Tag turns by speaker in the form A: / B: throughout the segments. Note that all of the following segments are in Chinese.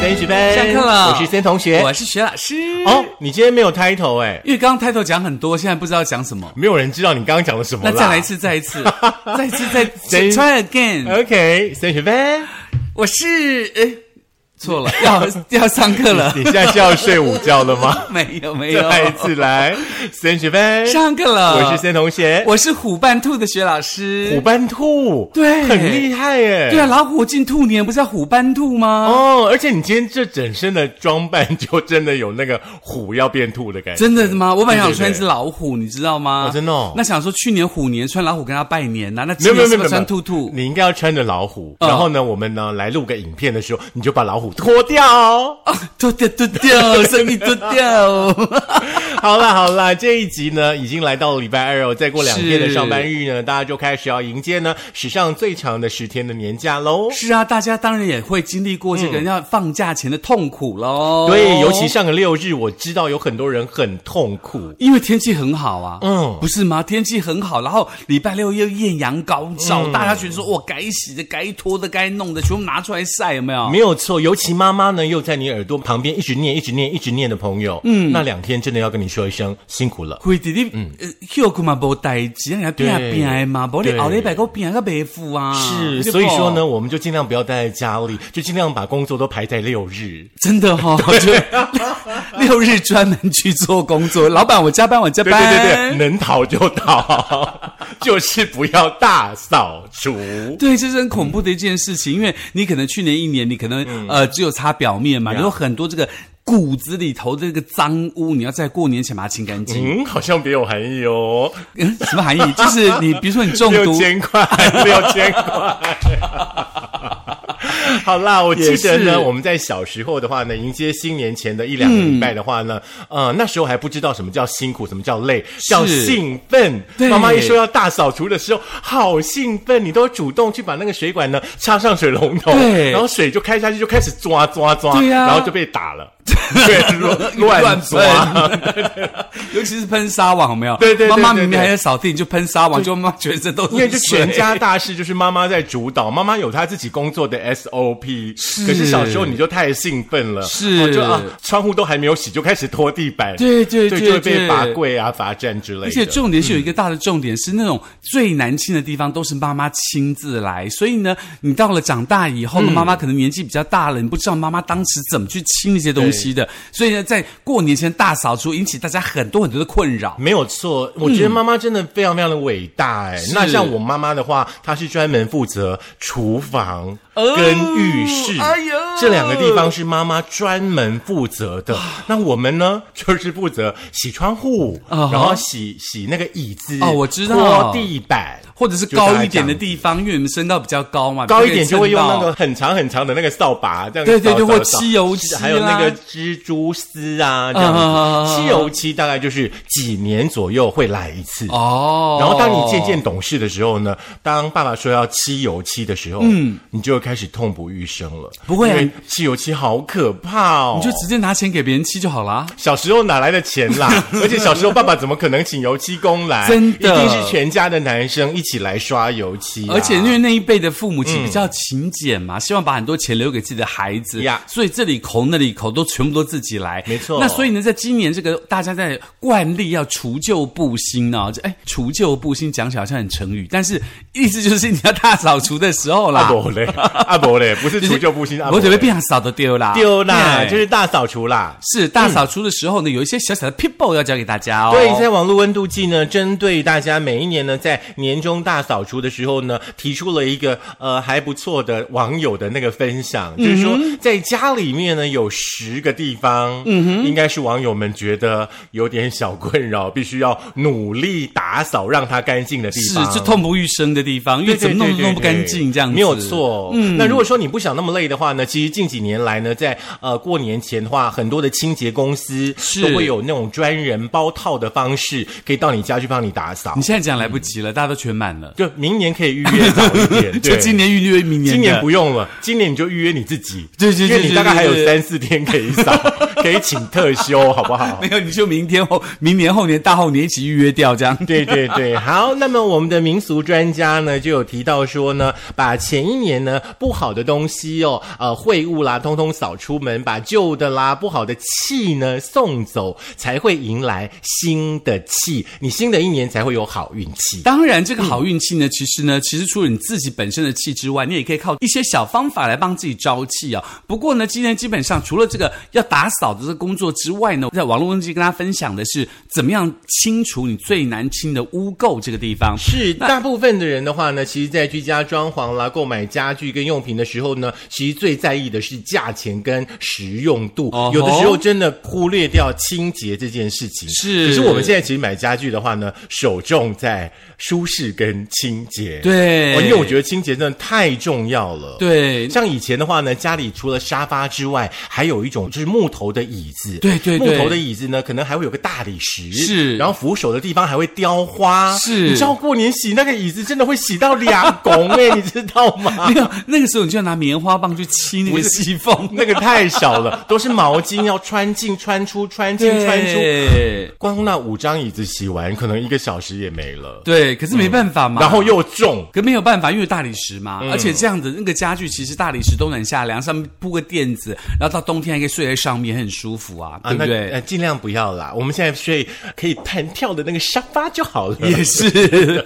A: 三十分，
B: 下课了
A: 我是森同学。
B: 我是徐老师。
A: 哦，，你今天没有 title 哎、
B: 因为刚刚开头讲很多，现在不知道讲什么。
A: 没有人知道你刚刚讲了什么
B: 那
A: 啦。
B: 再来一。次，再 一次，再一次，再
A: 真
B: try
A: 呃
B: again。
A: OK，三十分，
B: 我是诶，错 了，要要上课了
A: 你。现在是要睡午觉了吗？
B: 没有没有
A: 再，来一次，来，三十分，
B: 哎上课了。
A: 我是森同学。
B: 我是虎斑兔的薛老师。
A: 虎斑兔，
B: 对
A: 很厉害耶。
B: 对啊，老虎进兔年不是叫虎斑兔吗？
A: 哦，而且你今天这整身的装扮，就真的有那个虎要变兔的感觉。
B: 真的吗？我本来想穿一
A: 对对
B: 只老虎，你知道吗？
A: 哦真的哦
B: 那想说去年虎年穿老虎跟他拜年呐、那
A: 没
B: 今
A: 有没
B: 年
A: 有没
B: 是
A: 有没
B: 不
A: 有
B: 是穿兔兔？
A: 你应该要穿着老虎，
B: 嗯
A: 然后呢，我们呢来录个影片的时候，你就把老虎脱掉哦。
B: 啊，脱掉脱掉，生命脱掉。
A: 好啦好啦，这一集呢已经来到了礼拜二哦，再过两天的上班日呢，大家就开始要迎接呢史上最长的十天的年假喽。
B: 是啊，大家当然也会经历过这个要放假前的痛苦喽。
A: 对，尤其上个六日，我知道有很多人很痛苦。
B: 因为天气很好啊，
A: 嗯
B: 嗯，不是吗？天气很好，然后礼拜六又艳阳高照，大家觉得说，我该洗的、该拖的、该弄的，全部拿出来晒，有没有？
A: 没有错，尤其妈妈呢又在你耳朵旁边一直念、一直念、一直念的朋友，嗯，那两天真的要跟你说一声辛苦了。
B: 会弟弟，呃，休困嘛无代志，人家变
A: 对
B: 变的嘛，无你
A: 对
B: 后礼拜个变个白付啊。
A: 是，
B: 对不
A: 所以说呢，，我们就尽量不要待在家里，就尽量把工作都排在六日。
B: 真的 哈、哦，就六日专门去做工作，老板我加班我加
A: 对
B: 班，
A: 对对对，能逃就逃， 就是不要大扫除。
B: 对，这是很恐怖的一件事情，因为你可能去年一年，你可能、
A: 嗯
B: 呃只有擦表面嘛，有很多这个骨子里头的这个脏污，你要在过年前把它清干净。
A: 嗯，好像别有含义哦，
B: 嗯 什么含义？就是你比如说你中
A: 六
B: 毒。
A: 千块，六千块。 好啦，我记得
B: 也是
A: 呢，我们在小时候的话呢，迎接新年前的一两个礼拜的话呢，呃，那时候还不知道什么叫辛苦，什么叫累，叫兴奋。
B: 对
A: 妈妈一说要大扫除的时候，好兴奋，你都主动去把那个水管呢插上水龙头，
B: 对
A: 然后水就开下去，就开始抓抓抓，
B: 对呀
A: 然后就被打了，对， 乱乱抓，
B: 尤其是喷纱网，有没有？
A: 对对对
B: 妈妈
A: 对对
B: 明明还在扫地，你就喷纱网，就妈妈全身都是
A: 因
B: 水。
A: 为就全家大事就是妈妈在主导，妈妈有她自己工作的 SOP。
B: 是
A: 可是小时候你就太兴奋了，
B: 是
A: 哦就啊，窗户都还没有洗就开始拖地板，
B: 对对
A: 对，
B: 对
A: 就会被
B: 对
A: 罚跪啊、罚站之类的。
B: 而且重点是有一个大的重点是，那种最难清的地方都是妈妈亲自来，所以呢，你到了长大以后呢，
A: 嗯
B: 妈妈可能年纪比较大了，你不知道妈妈当时怎么去清那些东西的，所以呢，在过年前大扫除引起大家很多很多的困扰。
A: 没有错，
B: 嗯
A: 我觉得妈妈真的非常非常的伟大哎、那像我妈妈的话，她是专门负责厨房
B: 哦
A: 跟浴室、
B: 哎呦
A: 这两个地方是妈妈专门负责的。那我们呢，就是负责洗窗户，
B: 啊哈
A: 然后洗洗那个椅子
B: 哦我知
A: 拖
B: 道
A: 地板。
B: 或者是高一点的地方，因为你们身高比较高嘛，
A: 高一点就会用那
B: 比较可以蹭
A: 个很长很长的那个扫把，这样
B: 对对
A: 扫
B: 对
A: 扫
B: 或
A: 扫
B: 吸油漆啊
A: 还有那
B: 啦
A: 个蜘蛛丝啊，这样
B: 啊啊啊啊
A: 子。
B: 啊
A: 吸油漆大概就是几年左右会来一次
B: 到哦。
A: 然后当你渐渐懂事的时候呢，当爸爸说要漆油漆的时候，嗯，你就会开始痛不欲生了。
B: 不会
A: 因
B: 啊
A: 为漆油漆好可怕哦！
B: 你就直接拿钱给别人漆就好啊啦。
A: 小时候哪来的钱 啦？而且小时候爸爸怎么可能请油漆工来？
B: 真的
A: 一定是全家的男生一起来刷油漆啊、
B: 而且因为那一辈的父母亲比较勤俭嘛，希望把很多钱留给自己的孩子
A: 嗯呀
B: 所以这里抠那里抠都全部都自己来，
A: 没错
B: 那所以呢，在今年这个大家在惯例要除旧布新呢、这哎，除旧布新讲起来好像很成语，但是意思就是你要大扫除的时候
A: 阿
B: 啦，
A: 伯 嘞，阿伯嘞，啊不是除旧布新，啊阿伯
B: 我准备
A: 嘞
B: 变扫都丢啦，
A: 丢啦，
B: 对
A: 就是大扫除啦。
B: 是大扫除的时候呢，有一些小小的 people 要教给大家哦。
A: 对，在网络温度计呢，针对大家每一年呢在年终大扫除的时候呢，提出了一个呃还不错的网友的那个分享，就是说在家里面呢有十个地方，嗯哼，应该是网友们觉得有点小困扰，必须要努力打扫让它干净的地
B: 是
A: 方。
B: 就痛不欲生的地方，因为
A: 啊对
B: 怎
A: 对
B: 么
A: 对
B: 弄
A: 对
B: 都弄不干净，这样子
A: 没有。错。嗯，那如果说你不想那么累的话呢，其实近几年来呢，在呃过年前的话，很多的清洁公司
B: 是
A: 都会有那种专人包套的方式，可以到你家去帮你打扫
B: 你。现在讲来不及了，大家都全满了。
A: 就明年可以预约早一点，
B: 就
A: 对
B: 今。年预约明年的，
A: 今年不用了，今年你就预约你自己，
B: 对对对
A: 因为你大概还有
B: 对对对
A: 三四天可以以扫， 可以请特休，好不好？
B: 没有，你就明天后、明年后年、大后年一起预约 掉，这样。
A: 对对对，好。那么我们的民俗专家呢，就有提到说呢，把前一年呢不好的东西哦，呃，秽物啦，通通扫出门，把旧的啦、不好的气呢送走，才会迎来新的气。你新的一年才会有好运气。
B: 当然，这个好运气呢，其实呢，其实除了你自己本身的气之外，你也可以靠一些小方法来帮自己招气啊、不过呢，今天基本上除了这个要打扫的这个工作之外呢，在网络问题跟大家分享的是怎么样清除你最难清的污垢这个地方。
A: 是大部分的人的话呢，其实，在居家装潢啦、购买家具跟用品的时候呢，其实最在意的是价钱跟实用度。
B: 哦吼
A: 有的时候真的忽略掉清洁这件事情。
B: 是
A: 可是我们现在其实买家具的话呢，首重在舒适跟清洁。
B: 对
A: 哦因为我觉得清洁真的太重要了。。
B: 对，
A: 像以前的话呢，家里除了沙发之外，还有一种就是木头的椅子。
B: 对对对
A: 木头的椅子呢，可能还会有个大理石，
B: 是
A: 然后扶手的地方还会雕花，
B: 是
A: 你知道过年洗那个椅子真的会洗到俩拱哎、你知道吗
B: 没？有那个时候你就要拿棉花棒 去清那个
A: 不是
B: 细 缝，
A: 那个太少了，都是毛巾要穿进穿出，穿进穿出。
B: 对
A: 光那五张椅子洗完，可能一个小时也没了，
B: 对，可是没办法嘛。
A: 然后又重。
B: 可没有办法，因为大理石嘛，
A: 嗯
B: 而且这样的那个家具其实大理石都能下凉，上面铺个垫子，然后到冬天还可以睡在上面，很舒服啊，对不对？
A: 呃，尽量不要啦。我们现在睡可以弹跳的那个沙发就好了。
B: 也是，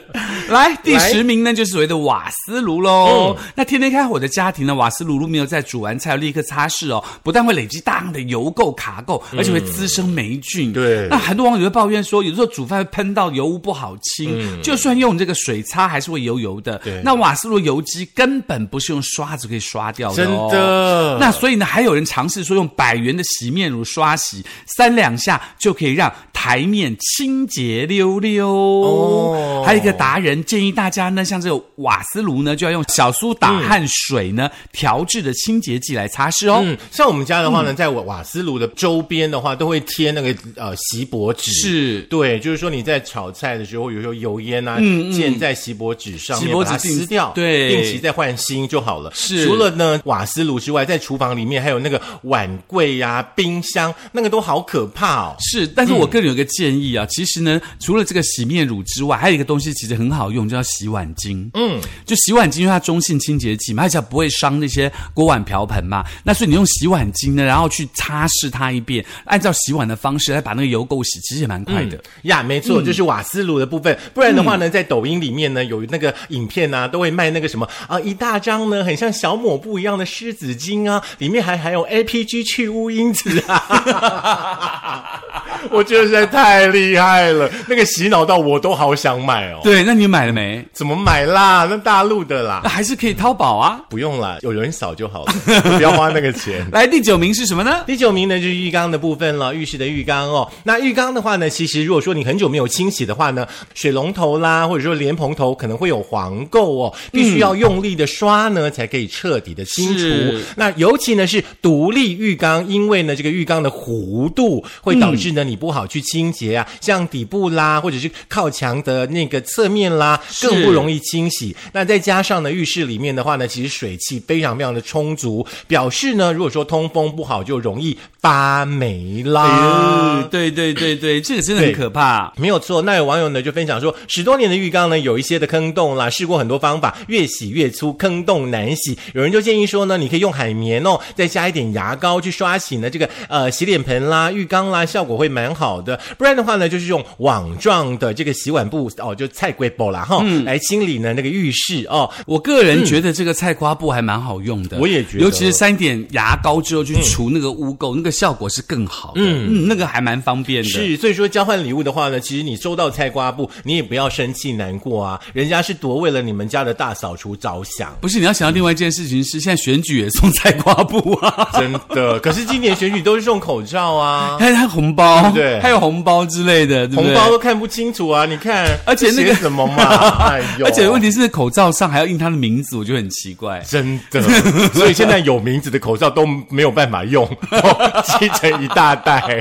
B: 来第十名呢，就是所谓的瓦斯炉
A: 嗯
B: 喽。那天天开火的家庭呢，瓦斯炉如没有在煮完菜立刻擦拭哦，不但会累积大量的油垢、卡垢，而且会滋生霉菌。
A: 嗯对
B: 那很多网友就抱怨说，有时候煮饭会喷到油污不好清，就算用这个水擦，还是会油油的
A: 嗯对。
B: 那瓦斯炉油脂根本不是用刷子可以刷掉的、哦，
A: 真的
B: 那所以呢，还有人尝试说用百元的洗面乳刷洗，三两下就可以让台面清洁溜溜。
A: 哦
B: 还有一个达人建议大家呢，像这个瓦斯炉呢，就要用小苏
A: 嗯
B: 打和水呢、调制的清洁剂来擦拭哦。
A: 嗯，像我们家的话呢，在瓦瓦斯炉的周边的话，都会贴那个呃锡箔纸。。
B: 是。
A: 对，就是说你在炒菜的时候，有时候油烟啊，溅在锡箔纸上面，
B: 嗯锡箔纸
A: 把它
B: 定
A: 撕掉，
B: 对
A: 定期再换新就好了。
B: 是
A: 除了呢瓦斯炉之外，在厨房里面还有那个碗柜呀、冰箱，那个都好可怕哦。
B: 是，但是我个人有一个建议啊，其实呢，除了这个洗面乳之外，还有一个东西其实很好用，叫洗碗巾。嗯，就洗碗巾，因为它中性清洁剂嘛，而且不会伤那些锅碗瓢盆嘛。那所以你用洗碗巾呢，然后去擦拭它一遍，按照洗碗的方式来把那个油垢洗，其实也蛮快的。
A: 呀，没错，就是瓦斯炉的部分。不然的话呢，在抖音里面呢，有那个影片啊，都会卖那个什么啊、一大张呢，很像小抹布一样的湿纸巾啊，里面还含有 APG 去污因子啊。 我觉得实在太厉害了，那个洗脑到我都好想买哦。
B: 对，那你买了没？
A: 怎么买啦？那大陆的啦
B: 那，还是可以淘宝啊。
A: 不用啦，有人扫就好了，不要花那个钱。
B: 来，第九名是什么呢？
A: 第九名呢就是浴缸的部分了，浴室的浴缸哦。那浴缸的话呢，其实如果说你很久没有清洗的话呢，水龙头啦，或者说莲蓬头可能会有黄垢哦，必须要用力的刷呢，才可以彻底的清除
B: 是。
A: 那尤其呢是独立浴缸，因为呢这个浴缸的弧度会导致呢、你不好去清洁
B: 嗯
A: 啊，像底部啦，或者是靠墙的那个侧面啦，
B: 是
A: 更不容易清洗。那再加上呢浴室里面的话呢，其实水汽非常非常的充足，表示呢如果说通风不好，就容易发霉啦。
B: 哎呦对对对对，这个真的很
A: 对
B: 可怕。
A: 没有错，那有网友呢就分享说，十多年的浴缸呢，有一些的坑洞啦，试过很多方法，越洗越粗，坑洞难洗。有人就建议说呢，你可以用海绵哦，再加一点牙膏去刷洗呢这个呃洗脸盆啦、浴缸啦，效果会蛮好的。不然的话呢，就是用网状的这个洗碗布哦，就菜龟布啦哈，来清理呢那个浴室哦。
B: 我个人觉得这个菜瓜布还蛮好用的，
A: 我也觉得
B: 尤其是三点牙膏之后去除那个污垢，那个效果是更好的，嗯那个还蛮方便的。
A: 是，所以说交换礼物的话呢，其实你收到菜瓜布，你也不要生气难过啊，人家是多为了你们家的大扫除着想。
B: 不是你要想到另外一件事情是，现在选举也送菜瓜布 啊，
A: 真的，可是今年选举都是送口罩 啊，
B: 还有还有红包，
A: 对不对
B: 还有红包之类的，对不
A: 红
B: 对
A: 包。都看不清楚啊！你看，
B: 而且那个
A: 这写什么嘛， 哎呦，
B: 而且问
A: 题
B: 题是，口罩上还要印他的名字，我觉得很奇怪。
A: 真的，所以现在 有名字的口罩都没有办法用，哦积成一大袋。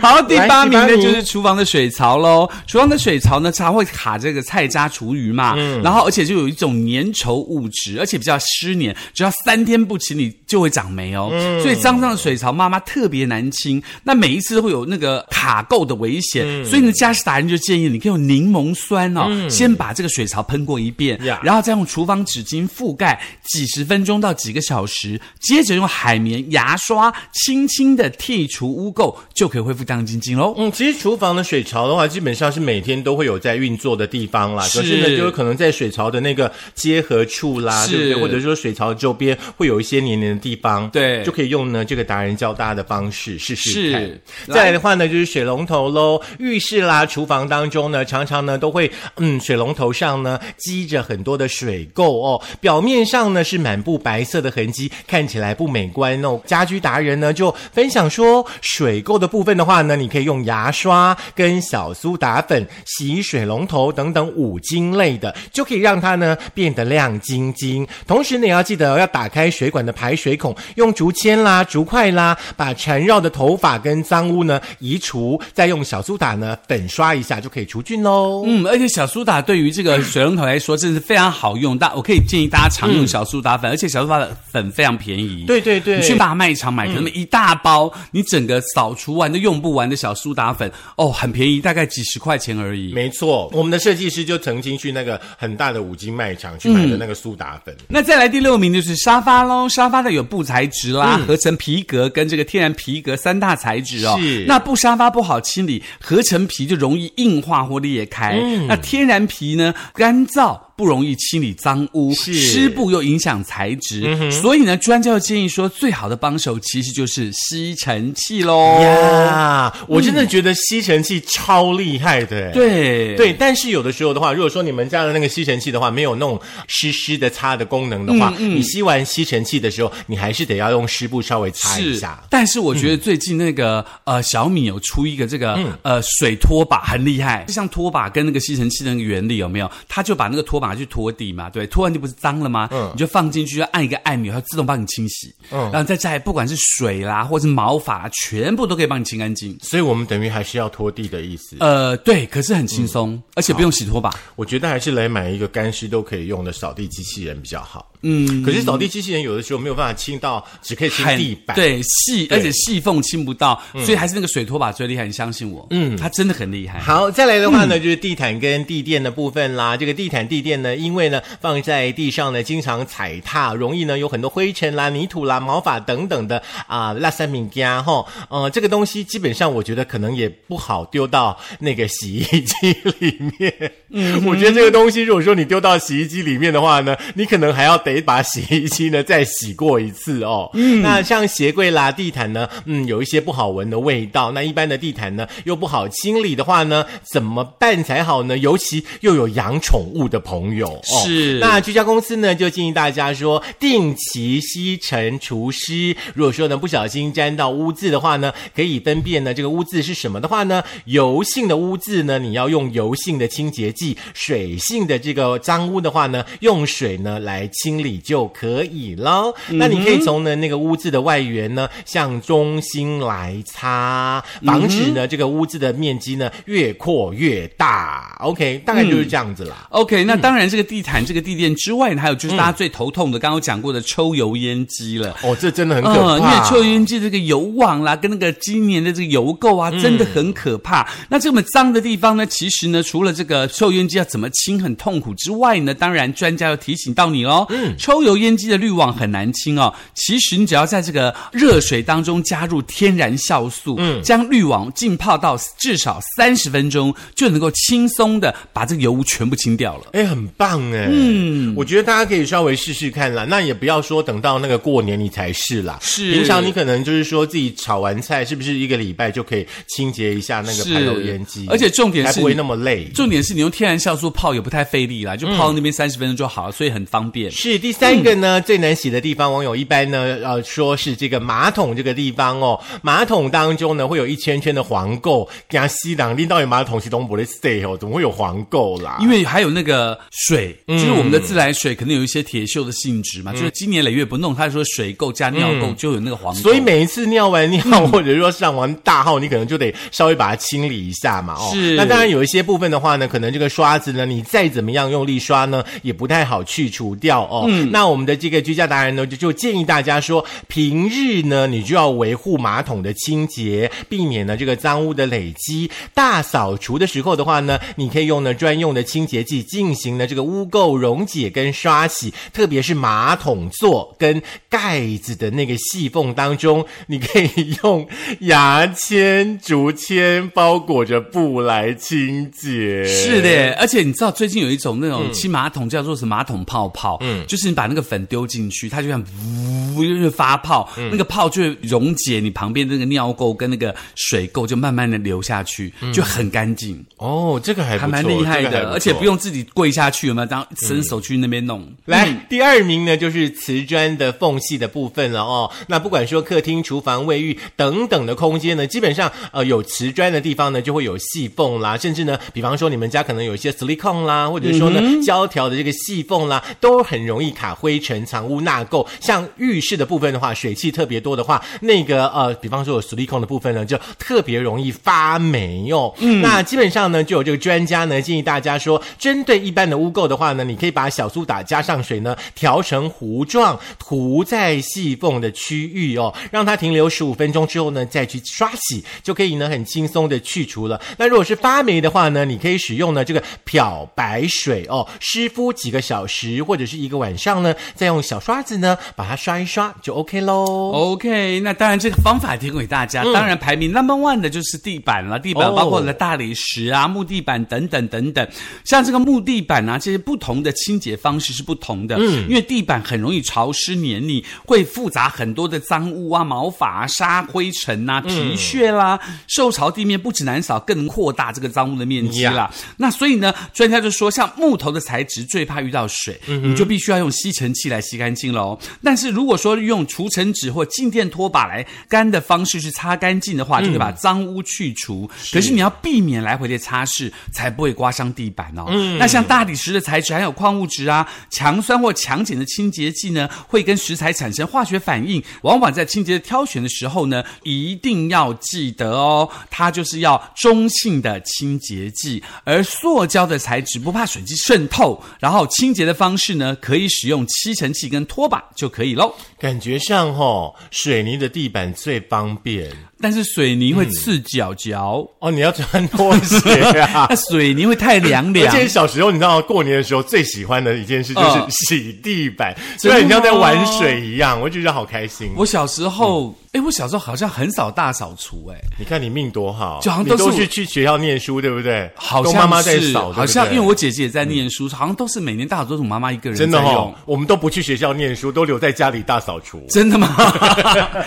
B: 好，第
A: 来
B: 八
A: 第
B: 名
A: 八
B: 呢
A: 名
B: 就是厨房的水槽喽。厨房的水槽呢，它会卡这个菜渣厨余嘛，
A: 嗯
B: 然后而且就有一种粘稠物质，而且比较湿黏，只要三天不清理就会长霉哦。
A: 嗯
B: 所以脏脏的水槽妈妈特别难清，那每一次都会有那个卡垢的危险。
A: 嗯
B: 所以呢，嘉士达人就建议你可以用柠檬酸哦，先把这个水槽喷过一遍
A: 呀
B: 然后再用厨房纸巾覆盖几十分钟到几个小时，接着用海绵、牙刷轻轻的剔除污垢，就可以恢复亮晶晶喽。
A: 嗯，其实厨房的水槽的话，基本上是每天都会有在运作的地方啦。
B: 是
A: 可是呢，就是可能在水槽的那个接合处啦，
B: 是
A: 对不对？或者说水槽周边会有一些黏黏的地方，
B: 对
A: 就可以用呢这个达人教大家的方式试试看。
B: 是
A: 再来的话呢，就是水龙头喽，浴室啦、厨房当中呢，常常呢都会嗯水龙头上呢积着很多的水垢哦，表面上呢是满布白色的痕迹，看起来不美观哦。家居达人呢就分享说，水垢的部分的话呢，你可以用牙刷跟小苏打粉洗水龙头等等五金类的，就可以让它呢变得亮晶晶。同时呢，也要记得哦要打开水管的排水孔，用竹签啦、竹筷啦，把缠绕的头发跟脏污呢移除，再用小苏打呢粉刷一下就可以除菌喽。
B: 嗯，而且小苏打对于这个水龙头来说，真的是非常好用。大我可以建议大家常用小苏打粉，而且小苏打粉非常便宜。
A: 对对对嗯
B: 你去大卖场买，可能一大包，你整个扫除完都用不完的小苏打粉，哦，很便宜，大概几十块钱而已。
A: 没错，我们的设计师就曾经去那个很大的五金卖场去买的那个苏打粉。
B: 那再来第六名就是沙发喽，沙发的有布材质啦、
A: 嗯
B: 合成皮革跟这个天然皮革三大材质哦。
A: 是
B: 那布沙发不好清理，合成皮就容易硬化或裂开。
A: 嗯
B: 那天然皮呢，干燥。不容易清理脏污，
A: 是嗯
B: 湿布又影响材质，所以呢，专家就建议说，最好的帮手其实就是吸尘器喽。
A: 呀、我真的觉得吸尘器超厉害的。。欸
B: 对
A: 对，但是有的时候的话，如果说你们家的那个吸尘器的话没有那种湿湿的擦的功能的话，你吸完吸尘器的时候，你还是得要用湿布稍微擦一
B: 是
A: 下。，嗯
B: 但是我觉得最近那个、呃小米有出一个这个、呃水拖把，很厉害，就像拖把跟那个吸尘器的那个原理有没有？它就把那个拖把去拖地嘛，对，拖完地不是脏了吗？
A: 嗯
B: 你就放进去，就按一个按钮，它自动帮你清洗。然后再加，不管是水啦，或是毛发，全部都可以帮你清干净。
A: 所以我们等于还是要拖地的意思。
B: 呃，对，可是很轻松，
A: 嗯
B: 而且不用洗拖把。
A: 我觉得还是来买一个干湿都可以用的扫地机器人比较好。嗯，可是扫地机器人有的时候没有办法清到，只可以清
B: 很
A: 地板。。
B: 对细，
A: 对嗯
B: 而且细缝清不到，所以还是那个水拖把最厉害。你相信我，嗯，它真的很厉害。
A: 好，再来的话呢，就是地毯跟地垫的部分啦。这个地毯、地垫呢，因为呢放在地上呢，经常踩踏，容易呢有很多灰尘啦、泥土啦、毛发等等的啊，拉三米加哈。呃，这个东西基本上我觉得可能也不好丢到那个洗衣机里面。嗯，我觉得这个东西，如果说你丢到洗衣机里面的话呢，你可能还要得把洗衣机呢再洗过一次哦。嗯，那像鞋柜啦、地毯呢，嗯，有一些不好闻的味道。那一般的地毯呢，又不好清理的话呢，怎么办才好呢？尤其又有养宠物的朋友，哦、
B: 是
A: 那居家公司呢，就建议大家说，定期吸尘除湿。如果说呢不小心沾到污渍的话呢，可以分辨呢这个污渍是什么的话呢，油性的污渍呢，你要用油性的清洁剂；水性的这个脏污的话呢，用水呢来清理就可以了。那你可以从呢那个污渍的外缘呢向中心来擦，防止呢、这个污渍的面积呢越扩越大。OK，大概就是这样子啦。
B: OK，那
A: 嗯
B: 当然，这个地毯、这个地垫之外呢，还有就是大家最头痛的，刚刚讲过的抽油烟机了。
A: 哦，这真的很可怕。
B: 嗯，因为抽油烟机这个油网啦，跟那个今年的这个油垢
A: 嗯
B: 啊，真的很可怕。那这么脏的地方呢，其实呢，除了这个抽油烟机要怎么清很痛苦之外呢，当然专家要提醒到你喽。嗯，抽油烟机的滤网很难清哦。其实你只要在这个热水当中加入天然酵素，嗯，将滤网浸泡到至少三十分钟，就能够轻松的把这个油污全部清掉了。
A: 哎，很棒哎！嗯，我觉得大家可以稍微试试看啦。那也不要说等到那个过年你才试啦。
B: 是
A: 平常你可能就是说自己炒完菜，是不是一个礼拜就可以清洁一下那个
B: 是
A: 排油烟机？
B: 而且重点是
A: 还不会那么累。
B: 重点是你用天然酵素泡也不太费力啦，就泡那边三十分钟就好了，所以很方便。
A: 是是第三个呢，最难洗的地方，网友一般呢，呃，说是这个马桶这个地方哦，马桶当中呢会有一圈圈的黄垢，给它吸挡。拎到有马桶是东不的 stay 哦，怎么会有黄垢啦？
B: 因为还有那个水，就是我们的自来水可能有一些铁锈的性质嘛，就是经年累月不弄，他说水垢加尿垢就有那个黄垢，
A: 所以每一次尿完尿、或者说上完大号，你可能就得稍微把它清理一下嘛哦。
B: 是
A: 那当然有一些部分的话呢，可能这个刷子呢，你再怎么样用力刷呢，也不太好去除掉哦。那我们的这个居家达人呢，就就建议大家说，平日呢你就要维护马桶的清洁，避免呢这个脏污的累积。大扫除的时候的话呢，你可以用呢专用的清洁剂进行呢这个污垢溶解跟刷洗，特别是马桶座跟盖子的那个细缝当中，你可以用牙签、竹签包裹着布来清洁。
B: 是的，而且你知道最近有一种那种清马桶叫做什么马桶泡泡，嗯，就是你把那个粉丢进去，它就像呜，就是发泡，那个泡就会溶解你旁边那个尿垢跟那个水垢，就慢慢的流下去，就很干净，
A: 哦，这个还不
B: 还
A: 错
B: 蛮厉害
A: 这个还
B: 的，
A: 错嗯
B: 而且不用自己跪下去，有没有？当伸手去那边弄，
A: 来，第二名呢就是瓷砖的缝隙的部分了哦。那不管说客厅、厨房、卫浴等等的空间呢，基本上呃有瓷砖的地方呢，就会有细缝啦，甚至呢，比方说你们家可能有一些 silicone 啦，或者说呢、胶条的这个细缝啦，都很容易卡灰尘、藏污纳垢。像浴室的部分的话，水汽特别多的话，那个呃，比方说有 silicone 的部分呢，就特别容易发霉哦。嗯，那基本上呢，就有这个专家呢建议大家说，针对一般的污垢的话呢，你可以把小苏打加上水呢，调成糊状，涂在细缝的区域哦，让它停留十五分钟之后呢，再去刷洗，就可以呢很轻松的去除了。那如果是发霉的话呢，你可以使用呢这个漂白水哦，湿敷几个小时或者是一个晚上呢，再用小刷子呢把它刷一刷就 OK 喽。
B: 哦 OK，那当然这个方法提供给大家。当然排名 number one 的就是地板了，地板
A: 嗯哦
B: 包括了大理石啊、木地板等等等等。像这个木地板啊，这些不同的清洁方式是不同的。嗯，因为地板很容易潮湿黏腻，会复杂很多的脏污啊、毛发、啊、沙、灰尘呐、皮屑啦。
A: 嗯
B: 受潮地面不止难扫，更能扩大这个脏污的面积啦。那所以呢，专家就说，像木头的材质最怕遇到水，你就必须要用吸尘器来吸干净喽。但是如果说用除尘纸或静电拖把来干的方式去擦干净的话，就可以把脏污去除。可是你要避免来回的擦拭，才不会刮伤地板哦。那像大理石的材质含有矿物质啊，强酸或强碱的清洁剂呢，会跟石材产生化学反应。往往在清洁的挑选的时候呢，一定要记得哦，它就是要中性的清洁剂。而塑胶的材质不怕水汽渗透，然后清洁的方式呢，可以使用吸尘器跟拖把就可以喽。
A: 感觉上吼、水泥的地板最方便
B: 但是水泥会刺脚脚，
A: 哦，你要穿拖鞋啊
B: 那、。 水泥会太凉
A: 而
B: 凉。
A: 且小时候，你知道过年的时候最喜欢的一件事就是
B: 嗯
A: 洗地板，虽
B: 真的
A: 然你像在
B: 吗
A: 玩水一样，我就觉得好开心。
B: 我小时候，
A: 嗯
B: 哎、我小时候好像很少大扫除、诶
A: 你看你命多好，
B: 就好像
A: 你
B: 都是
A: 都
B: 我
A: 是去学校念书，对不对？
B: 好
A: 都
B: 像
A: 妈妈在
B: 是
A: 扫，
B: 好像因为
A: 我
B: 我姐姐也在念书，好像都是每年大扫除都是我妈妈一个人
A: 真的
B: 在
A: 哦
B: 用，
A: 我们都不去学校念书，都留在家里大扫除。
B: 真的吗？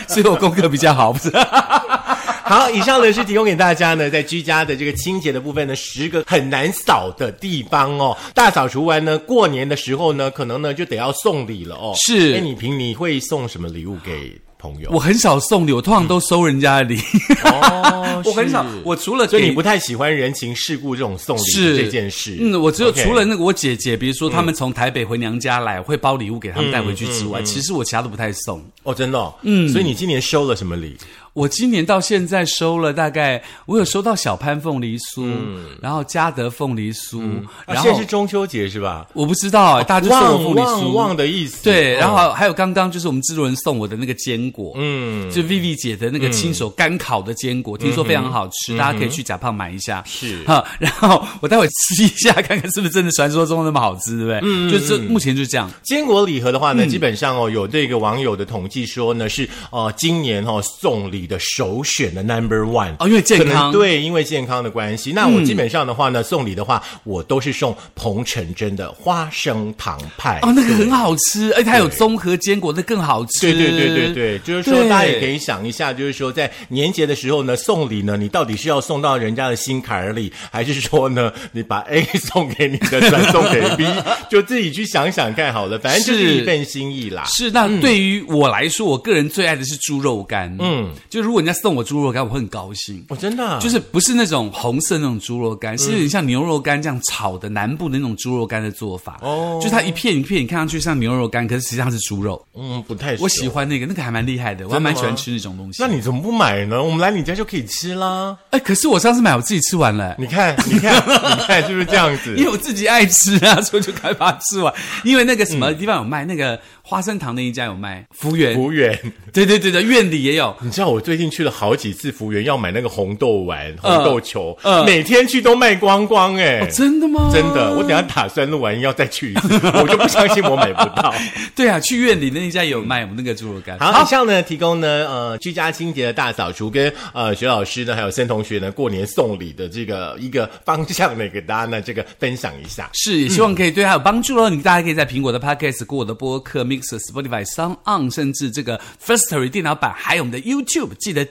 B: 所以我功课比较好，不是？
A: 好，以上呢是提供给大家呢，在居家的这个清洁的部分呢，十个很难扫的地方哦。大扫除完呢，过年的时候呢，可能呢就得要送礼了哦。
B: 是
A: 哎，你平你会送什么礼物给朋友？
B: 我很少送礼，我通常都收人家的礼。
A: 哦
B: 我很少，我除了
A: 所以你
B: 给
A: 不太喜欢人情世故这种送礼
B: 是
A: 的这件事。
B: 嗯，我只有
A: OK 嗯
B: 除了那个我姐姐，比如说他们从台北回娘家来，我会包礼物给他们带回去之外，其实我其他都不太送。
A: 哦，真的、哦，嗯，所以你今年收了什么礼？
B: 我今年到现在收了大概，我有收到小潘凤梨酥，然后嘉德凤梨酥，
A: 嗯啊
B: 然
A: 现
B: 后
A: 在是中秋节是吧？
B: 我不知道、哎，大家就送我
A: 旺
B: 凤梨
A: 旺
B: 酥。
A: 旺的意思。
B: 对，然后
A: 哦、
B: 还有还有刚刚就是我们制作人送我的那个坚果，嗯，就 Vivi 姐的那个亲手干烤的坚果，听说非常好吃，大家可以去甲胖买一下。
A: 嗯是
B: 哈，然后我待会吃一下，看看是不是真的传说中那么好吃，对不对？嗯，就是目前就是这样。
A: 坚
B: 嗯
A: 果礼盒的话呢，基本上哦，有这个网友的统计说呢，是呃今年哦送礼你的首选的 number one
B: 哦因为健康嗯
A: 可能对，因为健康的关系。那我基本上的话呢，送礼的话，我都是送彭城真的花生糖派
B: 哦，那个很
A: 对
B: 好吃，而且它有
A: 对
B: 综合坚果，那更好吃。
A: 对对对对对，就是说
B: 对
A: 大家也可以想一下，就是说在年节的时候呢，送礼呢，你到底是要送到人家的心坎儿里，还是说呢，你把 A 送给你的，转送给 B，就自己去想想看好了，反正就是
B: 是
A: 一份心意啦。
B: 是，那对于我来说，我个人最爱的是猪肉干。嗯，就如果人家送我猪肉干，我会很高兴。
A: 我、真的啊、
B: 就是不是那种红色那种猪肉干，是有
A: 嗯
B: 点像牛肉干这样炒的南部的那种猪肉干的做法。
A: 哦
B: 哦，就它一片一片，你看上去像牛肉干，可是实际上是猪肉。
A: 嗯，不太熟
B: 我喜。欢那个，那个还蛮厉害的，我还蛮喜欢吃那种东西。
A: 那你怎么不买呢？我们来你家就可以吃啦。
B: 哎，可是我上次买我自己吃完了。
A: 你 看，你看，你看，是不是这样子
B: 因？为我自己爱吃啊，所以我就赶快把它吃完。因为那个什
A: 嗯
B: 么地方有卖，那个花生糖那一家有卖，福源
A: 服，务员，
B: 对对对对，院里也有。
A: 你知道我最近去了好几次服务员，要买那个红豆丸、红豆球，
B: 嗯
A: 每天去都卖光光哎、
B: 哦，真的吗？
A: 真的，我等一下打算录完音要再去一次， 我就不相信我买不到。
B: 对啊，去院里那一家有卖我们那个猪肉干。
A: 好，以上呢提供呢呃居家清洁的大扫除跟呃徐老师呢还有森同学呢过年送礼的这个一个方向呢给大家呢这个分享一下。
B: 是，也希望可以对他有帮助喽。你大家可以在苹果的 Podcast、跟我的播客 Mixer、Spotify、Sound On，甚至这个 Firstory 电脑版，还有我们的 YouTube，记得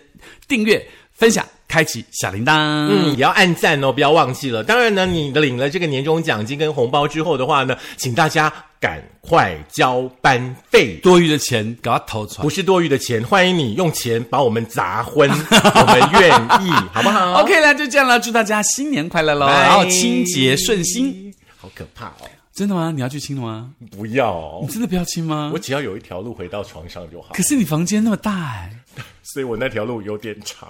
B: 订阅、分享、开启小铃铛。
A: 嗯，也要按赞哦，不要忘记了。当然呢，你领了这个年终奖金跟红包之后的话呢，请大家赶快交班费。
B: 多余的钱给他投出来
A: 不。是多余的钱，欢迎你用钱把我们砸 昏，我们愿意，好不 好
B: OK 啦，就这样啦，祝大家新年快乐喽，
A: 拜
B: 然后清洁顺心。，
A: 好可怕哦！
B: 真的吗？你要去亲的吗？
A: 不要、哦
B: 你，真的不要亲吗
A: 我？只要有一条路回到床上就好
B: 可。是你房间那么大哎、
A: 所以我那条路有点长。